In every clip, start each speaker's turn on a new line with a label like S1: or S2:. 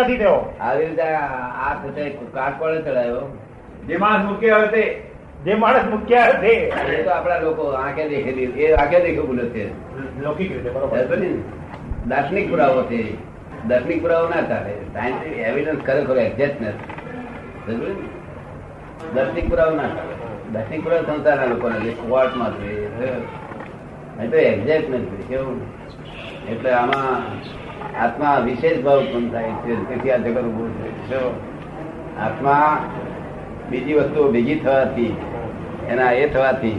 S1: નથી થયો
S2: આવી રીતે આ આ પોતે કાટ કોણે ચડાયો
S3: જે માણસ મૂક્યો હવે તે
S1: જે માણસ મુખ્ય છે
S2: એ તો આપણા લોકો આંખે દેખેલી એ આંખે દેખે ભૂલો છે
S1: લૌકિક રીતે
S2: સમજો
S1: બરોબર
S2: ને? દાર્શનિક પુરાવો છે દાર્શનિક પુરાવો ના ચાલે સાયન્ટિફિક એવિડન્સ ખરેખર એક્ઝેક્ટનેસ સમજો ને? દાર્શનિક પુરાવો ના ચાલે દાર્શનિક પુરાવો સંસારના લોકોને લે કોર્ટમાં છે નહીં તો એક્ઝેક્ટનેસ છે કેવું એટલે આમાં આત્મા વિશેષ ભાવ ઉત્પન્ન થાય છે તેથી આ જગત ઉભું છે શું? આત્મા બીજી વસ્તુઓ ભેગી થવાથી એના એ થવાથી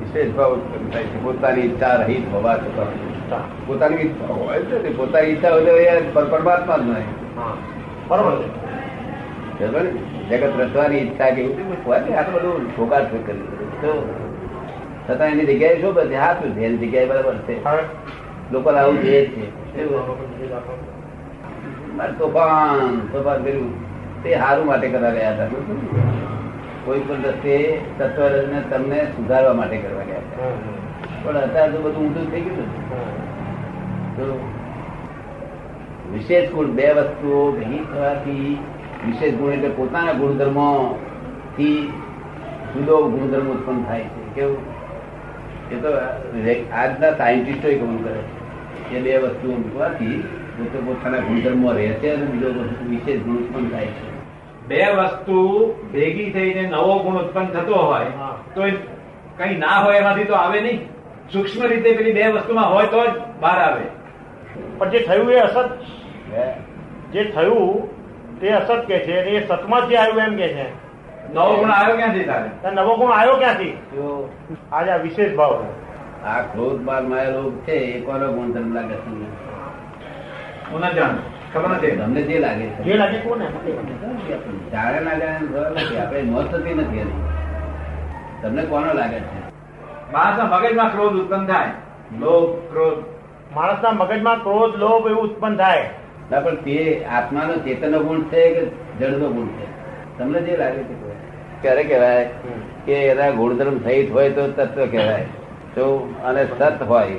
S2: વિશેષ ભાવ ઉત્પન્ન થાય છે પોતાની ઈચ્છા રહિત હોવા છતાં પોતાની ઈચ્છા હોય છે તે પોતાની ઈચ્છા હોય તો એ પર- પરમાત્મા જ નહીં
S1: બરોબર છે
S2: ખબર ને? જગત રચવાની ઈચ્છા કે એવું બધું હોય ને, આ તો બધું ફોકાસ કરી દીધું. તો છતાં એની જગ્યાએ શું બધે હા શું છે એની જગ્યાએ બરાબર છે
S1: હવે
S2: લોકો આવું જોઈએ જ છે મારે તોફાન તોફાન કર્યું તે હારું માટે કરવા ગયા હતા કોઈ પણ રસ્તે તત્વરજને તમને સુધારવા માટે કરવા ગયા હતા પણ અત્યારે તો બધું ઊંધું થઈ ગયું ને. તો વિશેષ ગુણ બે વસ્તુઓ ભેગી થવાથી વિશેષ ગુણ એટલે પોતાના ગુણધર્મો થી જુદો ગુણધર્મ ઉત્પન્ન થાય છે કેવું એ તો આજના સાયન્ટિસ્ટો એ કબૂલ કરે છે કે બે વસ્તુઓ મૂકવાથી પોતે પોતાના ગુણધર્મો રહે છે અને બીજો વસ્તુ વિશેષ ગુણ ઉત્પન્ન થાય છે
S3: બે વસ્તુ ભેગી થઈને નવો ગુણ ઉત્પન્ન થતો હોય
S1: હા.
S3: તો એ કઈ ના હોય એમાંથી તો આવે નહીં સૂક્ષ્મ રીતે પેલી બે વસ્તુમાં હોય તો જ બહાર આવે
S1: પણ જે થયું એ અસત
S2: હે?
S1: જે થયું તે અસત કે છે અને એ સતમાંથી આવ્યું એમ કે છે
S3: નવો ગુણ આવ્યો ક્યાંથી તારે
S1: તો નવો ગુણ આવ્યો ક્યાંથી
S2: તો
S1: આજે આ વિશેષ ભાવ
S2: આ ક્રોધ માર માયા રોગ છે એ કોનો ગુણધર્મ લાગે છે તમને?
S3: હું ન જાણું ખબર નથી
S2: તમને જે લાગે છે
S1: જે લાગે કોને
S2: જાણે ના જાણે એનો ખબર નથી આપણે નોંધ થતી નથી એની તમને કોનો લાગે છે
S3: માણસના મગજમાં ક્રોધ ઉત્પન્ન થાય લોભ ક્રોધ
S1: માણસના મગજમાં ક્રોધ લોભ એવું ઉત્પન્ન થાય
S2: ના પણ તે આત્માનો ચેતનનો ગુણ છે કે જડનો ગુણ છે તમને જે લાગે છે તે. ક્યારે કહેવાય કે એના ગુણધર્મ સહિત હોય તો તત્વ કહેવાય તો અને સત હોય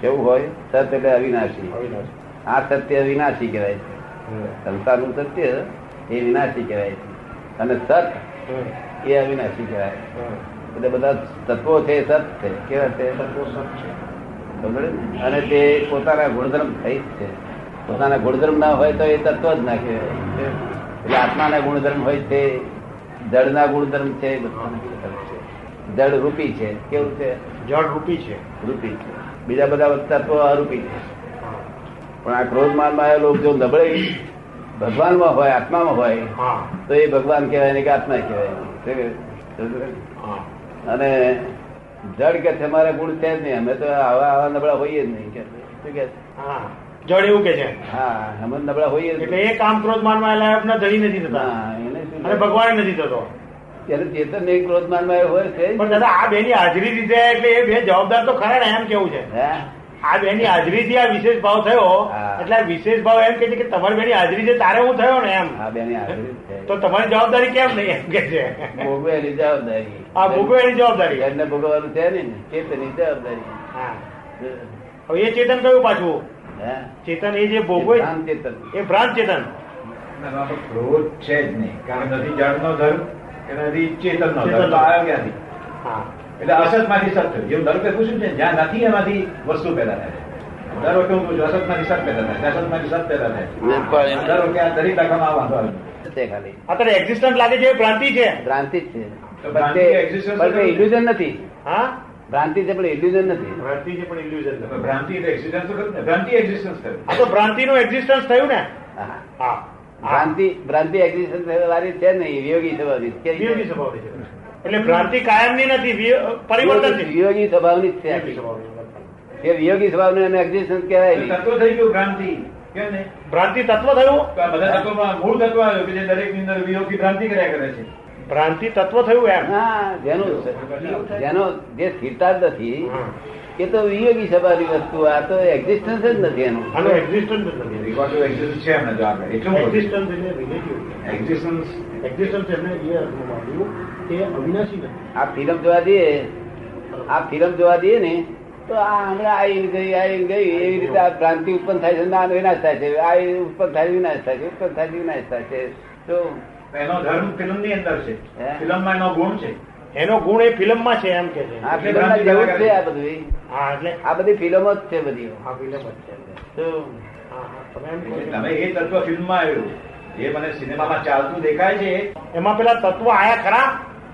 S2: કેવું હોય સત એટલે અવિનાશી આ સત્ય અવિનાશી કહેવાય છે સંસારનું સત્ય એ વિનાશી કહેવાય છે અને સત એ અવિનાશી કહેવાય એટલે બધા તત્વો છે એ સત છે કેવા છે ખબર છે? અને તે પોતાના ગુણધર્મ થઈ જ છે પોતાના ગુણધર્મ ના હોય તો એ તત્વ જ ના કહેવાય એટલે આત્માના ગુણધર્મ હોય છે જળના ગુણધર્મ છે બધાના ગુણધર્મ છે. જળ રૂપી છે કેવું છે
S1: જળ રૂપી છે
S2: રૂપી છે બીજા બધા તત્વો અરૂપી છે પણ આ ક્રોધ માનમાં આવેલો લોક જો નબળે ભગવાનમાં હોય આત્મામાં હોય
S1: હા
S2: તો એ ભગવાન કહેવાય ને કે આત્મા કહેવાય શું કહેવાય?
S1: હા
S2: અને જળ કે છે મારા ગુણ છે જ નહીં અમે તો આવા આવા નબળા હોઈએ જ નહીં કે છે. શું કે છે?
S1: હા જળ એવું કે છે
S2: હા અમે નબળા હોઈએ જ નહીં.
S1: એટલે એ કામ ક્રોધ માનમાં લાયક ના જડી નથી થતા
S2: હા, એને શું
S1: અને ભગવાન નથી થતો
S2: ત્યારે ચેતન ને ક્રોધ માનમાં એ હોય છે જ.
S1: પણ દાદા આ બેની હાજરી લીધે એટલે એ બે જવાબદાર તો ખરા ને એમ કેવું છે
S2: હા?
S1: આ બેની હાજરીથી આ વિશેષ ભાવ થયો
S2: હા.
S1: એટલે આ વિશેષ ભાવ એમ કે છે કે તમારી બેની હાજરી છે તારે હું થયો ને એમ
S2: હા બેની હાજરી જ
S1: તો તમારી જવાબદારી કેમ નહીં એમ કે છે
S2: છે ભોગવે એની જવાબદારી
S1: આ ભોગવે એની જવાબદારી
S2: જળને ભોગવવાનું છે નહીં ને ચેતનની જવાબદારી
S1: હા. હવે એ ચેતન કયું પાછું
S2: હા?
S1: ચેતન એ જે ભોગવે
S2: ચેતન, ચેતન.
S1: એ ભ્રાંત ચેતન
S3: એમાં તો ક્રોધ છે જ નહીં કારણ કે નથી જળનો ધર્મ કે નથી ચેતનનો ધર્મ
S1: ચેતનનો.
S3: તો આવ્યો ક્યાંથી
S1: હા
S3: એટલે અસત માંથી સત થયું જેવું દર વખતે પૂછ્યું છે ને, જ્યાં નથી એમાંથી વસ્તુ પેદા થાય છે. દર વખતે હું પૂછું અસત માંથી સત પેદા થાય છે અસત માંથી સત પેદા થાય છે.
S2: ને પણ એમ
S3: દર વખતે આ દરેક દાખલામાં આ વાંધો આવે
S2: છે ખાલી
S1: અત્યારે એક્ઝિસ્ટન્ટ લાગે છે એ ભ્રાંતિ છે
S2: ભ્રાંતિ જ છે
S3: તો
S2: પણ
S3: ભ્રાંતિ
S2: તે-
S3: existence
S2: પણ તે illusion નથી
S1: હા
S2: ભ્રાંતિ છે પણ illusion નથી
S1: ભ્રાંતિ છે પણ
S3: છે.
S1: ઇલ્યુઝન
S3: તો ભ્રાંતિ એટલે એક્સિસ્ટન્સ તો ખરું ને ભ્રાંતિ એક્ઝિસ્ટન્સ થયું
S1: આ તો ભ્રાંતિ નું એક્ઝિસ્ટન્સ થયું ને
S2: હા.
S1: હા હા.
S2: ભ્રાંતિ ભ્રાંતિ એક્ઝિસ્ટન્સ વાળી છે નહીં વિયોગી સ્વભાવની જ. કેવી
S1: વિયોગી
S2: છે?
S1: સ્વભાવની છે એટલે ભ્રાંતિ કાયમની નથી વિયો- પરિવર્તનની
S2: વિયોગી સ્વભાવની જ છે
S1: વિયોગી
S2: આખી.
S1: સ્વભાવની નથી.
S2: એ વિયોગી સ્વભાવનું એનું એક્ઝિસ્ટન્સ કહેવાય
S3: તો
S2: નહીં
S3: તત્વ થઈ ગયું ભ્રાંતિ કેમ ને
S1: ભ્રાંતિ તત્વ થયું
S3: તો આ બધા તત્વોમાં મૂળ તત્વ આવ્યું કે જે દરેક ની અંદર વિયોગી ભ્રાંતિ કર્યા કરે છે
S1: ભ્રાંતિ તત્વ થયું એમ
S2: હા જેનું જેનો જે સ્થિરતા જ નથી એ તો વિયોગી સ્વભાવની વસ્તુ આ તો એક્ઝિસ્ટન્સ જ નથી એનું
S1: આનો એક્ઝિસ્ટન્સ જ નથી
S3: Record to existence છે એમને જો આગળ એટલું બધું.
S1: એક્ઝિસ્ટન્સ એટલે રિલેટિવ
S3: Existence
S1: એક્ઝિસ્ટન્સ એમને એ અર્થમાં માંડ્યું કે અવિનાશી નથી
S2: આ ફિલ્મ જોવા દઈએ આ ફિલ્મ જોવા દઈએ ને તો આ હમણાં આ ઈન ગઈ આ ઈન ગઈ એવી રીતે આ ભ્રાંતિ ઉત્પન્ન થાય છે ના વિનાશ થાય છે આ ઈન ઉત્પન્ન થાય છે, વિનાશ થાય છે ઉત્પન્ન થાય છે, વિનાશ થાય છે તો
S3: એનો ધર્મ ફિલ્મ ની અંદર છે
S2: હે?
S3: ફિલ્મમાં એનો ગુણ છે
S1: એનો ગુણ એ ફિલ્મમાં છે એમ કે છે
S2: આ ફિલ્મના જેવું જ છે આ બધું
S1: હા એટલે
S2: આ બધી ફિલ્મો જ છે બધી
S1: આ ફિલ્મ જ છે એમ.
S2: તો
S1: હા, હા, તમે એમ કહો છો.
S3: તમે એ તત્વ ફિલ્મમાં આવ્યું જે મને સિનેમામાં ચાલતું દેખાય છે
S1: એમાં પેલા તત્વ આયા ખરા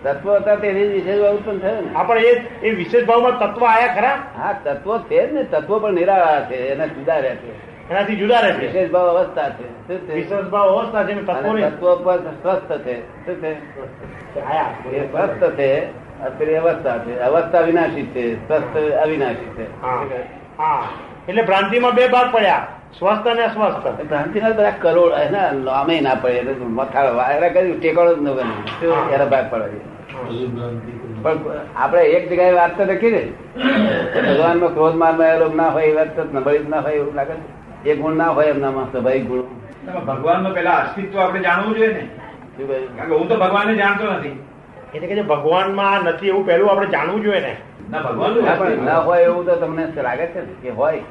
S2: તત્વ હતા તેની જ વિશેષ ભાવ ઉત્પન્ન થયો ને
S1: આપણે એ એ વિશેષ ભાવમાં તત્વ આયા ખરા
S2: હા તત્વ છે જ ને તત્વ પણ નિરાળા છે એના જુદા રહે છે
S1: એનાથી જુદા રહે છે
S2: વિશેષ ભાવ અવસ્થા છે શું છે?
S1: વિશેષ ભાવ અવસ્થા છે તત્વો
S2: અને તત્વ પર સ્વસ્થ છે શું છે એ
S1: આયા
S2: સ્વસ્થ છે અત્યારે અવસ્થા છે અવસ્થા વિનાશી છે સ્વસ્થ અવિનાશી છે
S1: હા હા એટલે ભ્રાંતિમાં બે ભાગ પડ્યા સ્વસ્થ અને અસ્વસ્થ
S2: ભ્રાંતિ ના બધા કરોડ એના નામે ના પડે એટલે મથાળ વાયરા કર્યું ટેકાળો જ ન બને શું એના ભાગ પડે પણ આપણે એક જગ્યાએ વાત તો લખી ને કે ભગવાનનો ક્રોધ માન એલો ના હોય એ વાત તો નબળી જ ના હોય એવું લાગે છે. એ ગુણ ના હોય એમનામાં સ્વાભાવિક ગુણ
S3: એમાં ભગવાનનું પેલા અસ્તિત્વ આપણે જાણવું જોઈએ ને
S2: શું કહ્યું?
S3: કારણ કે હું તો ભગવાનને જાણતો નથી
S1: એટલે કે જે ભગવાનમાં આ નથી એવું પહેલું આપણે જાણવું જોઈએ ને
S3: ના ભગવાનનું
S2: ના પણ ના
S3: અસ્તિત્વ.
S2: હોય એવું તો તમને લાગે છે ને કે હોય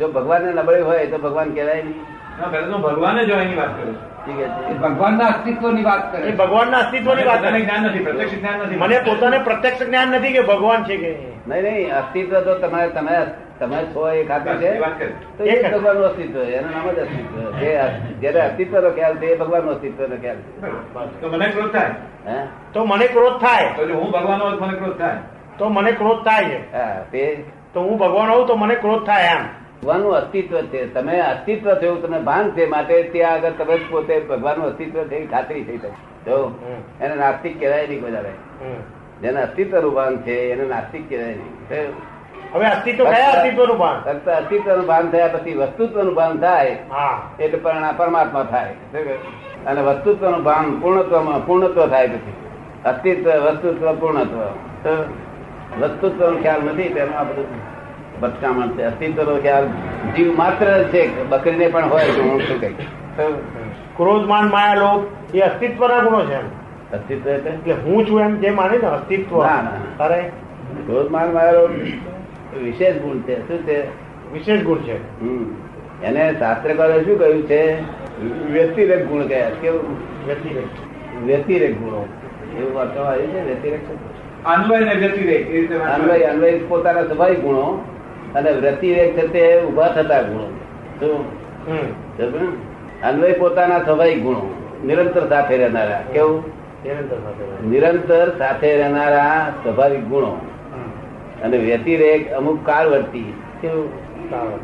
S2: જો ભગવાનને નબળી હોય તો ભગવાન કહેવાય નહીં
S3: ના, પહેલા તો હું ભગવાનને જોવાની વાત કરું છું.
S2: શું કહે છે?
S4: ભગવાનના અસ્તિત્વની વાત
S1: એ
S4: કરે
S1: ભગવાનના અસ્તિત્વની વાત
S3: મને
S1: કરે.
S3: જ્ઞાન નથી પ્રત્યક્ષ જ્ઞાન નથી
S1: મને પોતાને પ્રત્યક્ષ જ્ઞાન નથી કે ભગવાન છે કે
S2: નહીં નહીં અસ્તિત્વ તો તમારે તમે તમે છો એ ખાતું છે
S3: એ વાત કરી.
S2: તો એ જ ભગવાનનું અસ્તિત્વ છે. એનું નામ જ અસ્તિત્વ જે જયારે અસ્તિત્વનો ખ્યાલ છે એ ભગવાનનું અસ્તિત્વનો ખ્યાલ છે
S3: તો મને ક્રોધ થાય
S2: હે?
S1: તો મને ક્રોધ થાય
S3: તો જો હું ભગવાન હોઉં તો મને ક્રોધ થાય
S1: તો મને ક્રોધ થાય છે
S2: હા તે
S1: તો હું ભગવાન હોઉં તો મને ક્રોધ થાય એમ
S2: ભગવાનનું અસ્તિત્વ છે તમે અસ્તિત્વ છે એવું તમને ભાન છે માટે ત્યાં આગળ તમે જ પોતે ભગવાનનું અસ્તિત્વ છે એવી ખાતરી થઈ જાય જો
S1: હમ,
S2: એને નાસ્તિક કહેવાય નહીં બધા
S1: હમ.
S2: જેને અસ્તિત્વનું ભાન છે એને નાસ્તિક કહેવાય નહીં
S1: હવે અસ્તિત્વ કયા અસ્તિત્વનું ભાન
S2: ફક્ત અસ્તિત્વનું ભાન થયા પછી વસ્તુત્વનું ભાન થાય
S1: હા
S2: એટલે પરિણામ પરમાત્મા થાય અને વસ્તુત્વનું ભાન પૂર્ણત્વમાં પૂર્ણત્વ થાય પછી અસ્તિત્વ વસ્તુત્વ પૂર્ણત્વ તો વસ્તુત્વનો ખ્યાલ નથી તેમાં આ બધું ભટકામણ છે અસ્તિત્વનો ખ્યાલ જીવ માત્ર છે બકરીને પણ હોય તો હું શું કહીશ તો
S1: ક્રોધ માન માયા લોભ એ અસ્તિત્વના ગુણો છે એમ
S2: અસ્તિત્વ એટલે
S1: એટલે હું છું એમ જે માને ને અસ્તિત્વ
S2: ના, ના.
S1: અરે
S2: ક્રોધ માન મારો વિશેષ ગુણ છે શું છે
S1: વિશેષ ગુણ છે
S2: હમ. એને શાસ્ત્રકારો શું કહ્યું છે વ્યક્તિરેક ગુણ કયા કેવું
S1: વ્યક્તિગત
S2: વ્યતિરેક ગુણો એવું વાર્તામાં આવ્યું છે વ્યતિરેક શું?
S3: અન્વય ને વ્યતિરેક એ રીતે વાત કરી.
S2: અન્વય અન્વય પોતાના સ્વાભાવિક ગુણો અને વ્યતિરેક છે તે ઉભા થતા ગુણો શું?
S1: હમ
S2: સમજ્યો ને? અન્વય પોતાના સ્વાભાવિક ગુણો નિરંતર સાથે રહેનારા કેવું
S1: નિરંતર સાથે રહે.
S2: નિરંતર સાથે રહેનારા સ્વાભાવિક ગુણો
S1: હમ.
S2: અને વ્યતિરેક અમુક કાળવર્તી કેવું
S1: સારું.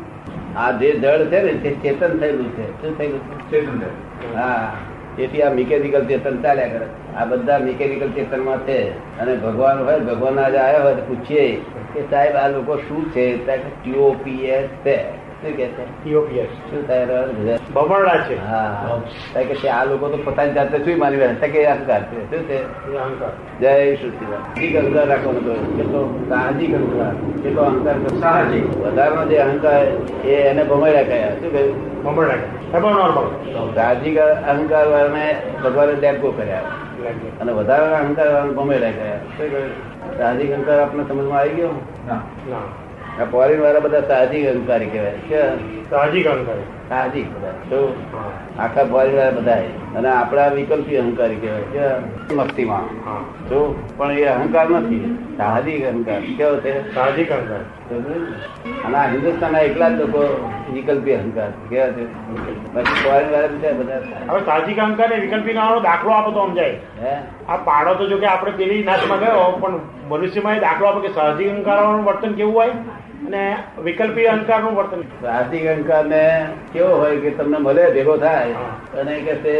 S2: આ જે જળ છે ને તે ચેતન થયેલું છે શું થયેલું છે
S3: ચેતન થાય.
S2: હા તેથી આ મિકેનિકલ ચેતન ચાલ્યા કરે આ બધા મિકેનિકલ ચેતનમાં છે અને ભગવાન હોય ભગવાન આજે આવ્યા હોય તો પૂછીએ કે સાહેબ આ લોકો શું છે ટીઓપીએસ છે શું કે છે
S1: TOPS.
S2: શું થાય એનો અર્થ
S1: બમણડા છે
S2: છે? હા તારે કે છે આ લોકો તો પોતાની જાતે શું માની રહ્યા છે? કે એ અહંકાર છે શું છે
S1: એ અહંકાર.
S2: જય શ્રી અધિક અહંકાર રાખવાનો તો કેટલો સાહજિક અહંકાર કેટલો અહંકાર કરવો?
S3: સાહજિક.
S2: વધારાનો જે અહંકાર એ એને ભમાઈ કયા શું કહ્યું
S1: બમણડા છે. Abnormal.
S2: સાહજિક અહંકાર વાળાને ભગવાને ડેપકો કર્યા અને વધારે અહંકાર વાળાને ભમેડા કર્યા
S1: શું કહ્યું?
S2: સાહજિક અહંકાર આપને સમજમાં આવી ગયો
S3: ના.
S1: ના.
S2: આ ફોરેન વાળા બધા સાહજિક અહંકારી કહેવાય કે
S1: સાહજિક અહંકાર.
S2: સાહજિક બધા શું?
S1: હા.
S2: આખા ફોરેન વાળા બધા અને આપણા વિકલ્પી અહંકારી કહેવાય કે મસ્તીમાં
S1: હા.
S2: જો પણ એ અહંકાર નથી સાહજિક અહંકાર કેવો છે
S1: સાહજિક અહંકાર.
S2: અને આ હિન્દુસ્તાનના એકલા જ લોકો વિકલ્પી અહંકાર કેવા છે બાકી ફોરેન વાળા બીજા બધા સાહજિક.
S1: હવે સાહજિક અહંકાર ને વિકલ્પી નાનો દાખલો આપો તો સમજાય
S2: હે
S1: આ પાડો તો જો કે આપણે પેલી નાચમાં ગયો પણ મનુષ્યમાં એ દાખલો આપો કે સાહજિક અહંકારનું વર્તન કેવું હોય અને વિકલ્પી અહંકારનું વર્તન
S2: આર્થિક અહંકાર ને કેવો હોય કે તમને મળે ભેગો થાય
S1: હા.
S2: અને કે છે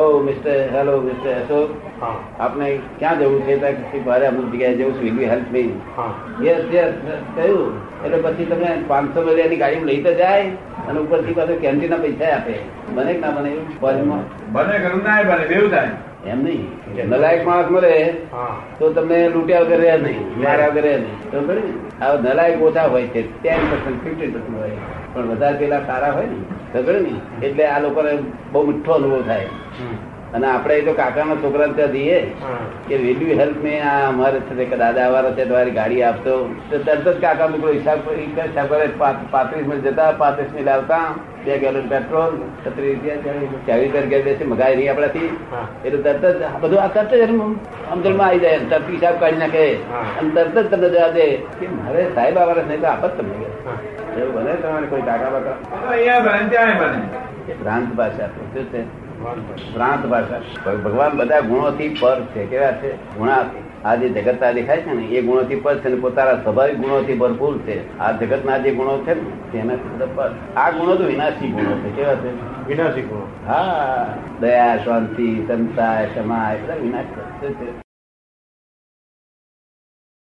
S2: ઓ મિસ્ટર હેલો મિસ્ટર અશોક
S1: હા
S2: આપને ક્યાં જવું છે ત્યાં કે મારે અમુક જગ્યાએ જવું છે વિલ હેલ્પ મી
S1: હા
S2: યસ યસ કહ્યું એટલે પછી તમે પાંચસો રૂપિયાની ગાડી લઈ તો જાય અને ઉપરથી પાછું કેન્ટીનના પૈસા આપે મને કે ના મને એવું ફોરેનમાં
S3: બને કરું ના એ બને બેવું થાય
S2: એમ નહીં નલાયક માણસ મળે
S1: હા
S2: તો તમને લૂંટ્યા વગર રહ્યા નહીં માર્યા વગર રહ્યા નહીં તો ખરી ને? આવા નલાયક ઓછા હોય છે ટેન પર્સન્ટ ફિફ્ટીન પર્સન્ટ હોય
S1: 嗯
S2: પણ વધારે પેલા સારા હોય ને તો ખરી ને એટલે આ લોકોને બહુ મીઠો અનુભવ થાય અને આપણે તો કાકાના છોકરાને ત્યાં જઈએ
S1: હા.
S2: કે will you help me? આ અમારે છે તે કે દાદા અમારો છે તમારી ગાડી આપશો તો તરત જ કાકા મોકલો હિસાબ ઈ કરે, હિસાબ કરે પા- પાંત્રીસ મિનિટ જતા પાંત્રીસ મિનિટ આવતા બે ગેલન પેટ્રોલ છત્રીસ રૂપિયા ચાલીસ- ચાલીસ રૂપિયા બેસી મગાવી રહી આપણાથી
S1: હા.
S2: એટલે તરત જ આ બધું આ તરત જ એનું સમજણમાં આવી જાય તરત હિસાબ કાઢી નાખે
S1: હા.
S2: અને તરત જ તમને જવા દે કે મારે સાહેબ આવવાના નહીં તો આપત તમને કે.
S1: હા.
S2: એવું બને તમારે કોઈ કાકા બાકા
S3: અહીંયા બને ત્યાં બને
S2: એ ભ્રાંત ભાષા છે. શું છે
S1: વાંધો નહીં.
S2: ભ્રાંત ભાષા ભગ- ભગવાન બધા ગુણોથી પર છે કેવા છે ગુણાથી આ જે જગત આ દેખાય છે ને એ ગુણોથી પર છે ને પોતાના સ્વાભાવિક ગુણોથી ભરપૂર છે આ જગતના જે ગુણો છે ને તેનાથી બધા પર આ ગુણો તો વિનાશી ગુણો છે કેવા છે
S1: વિનાશી ગુણો
S2: હા દયા શાંતિ સમતા ક્ષમા એ બધા વિનાશ છે. શું છે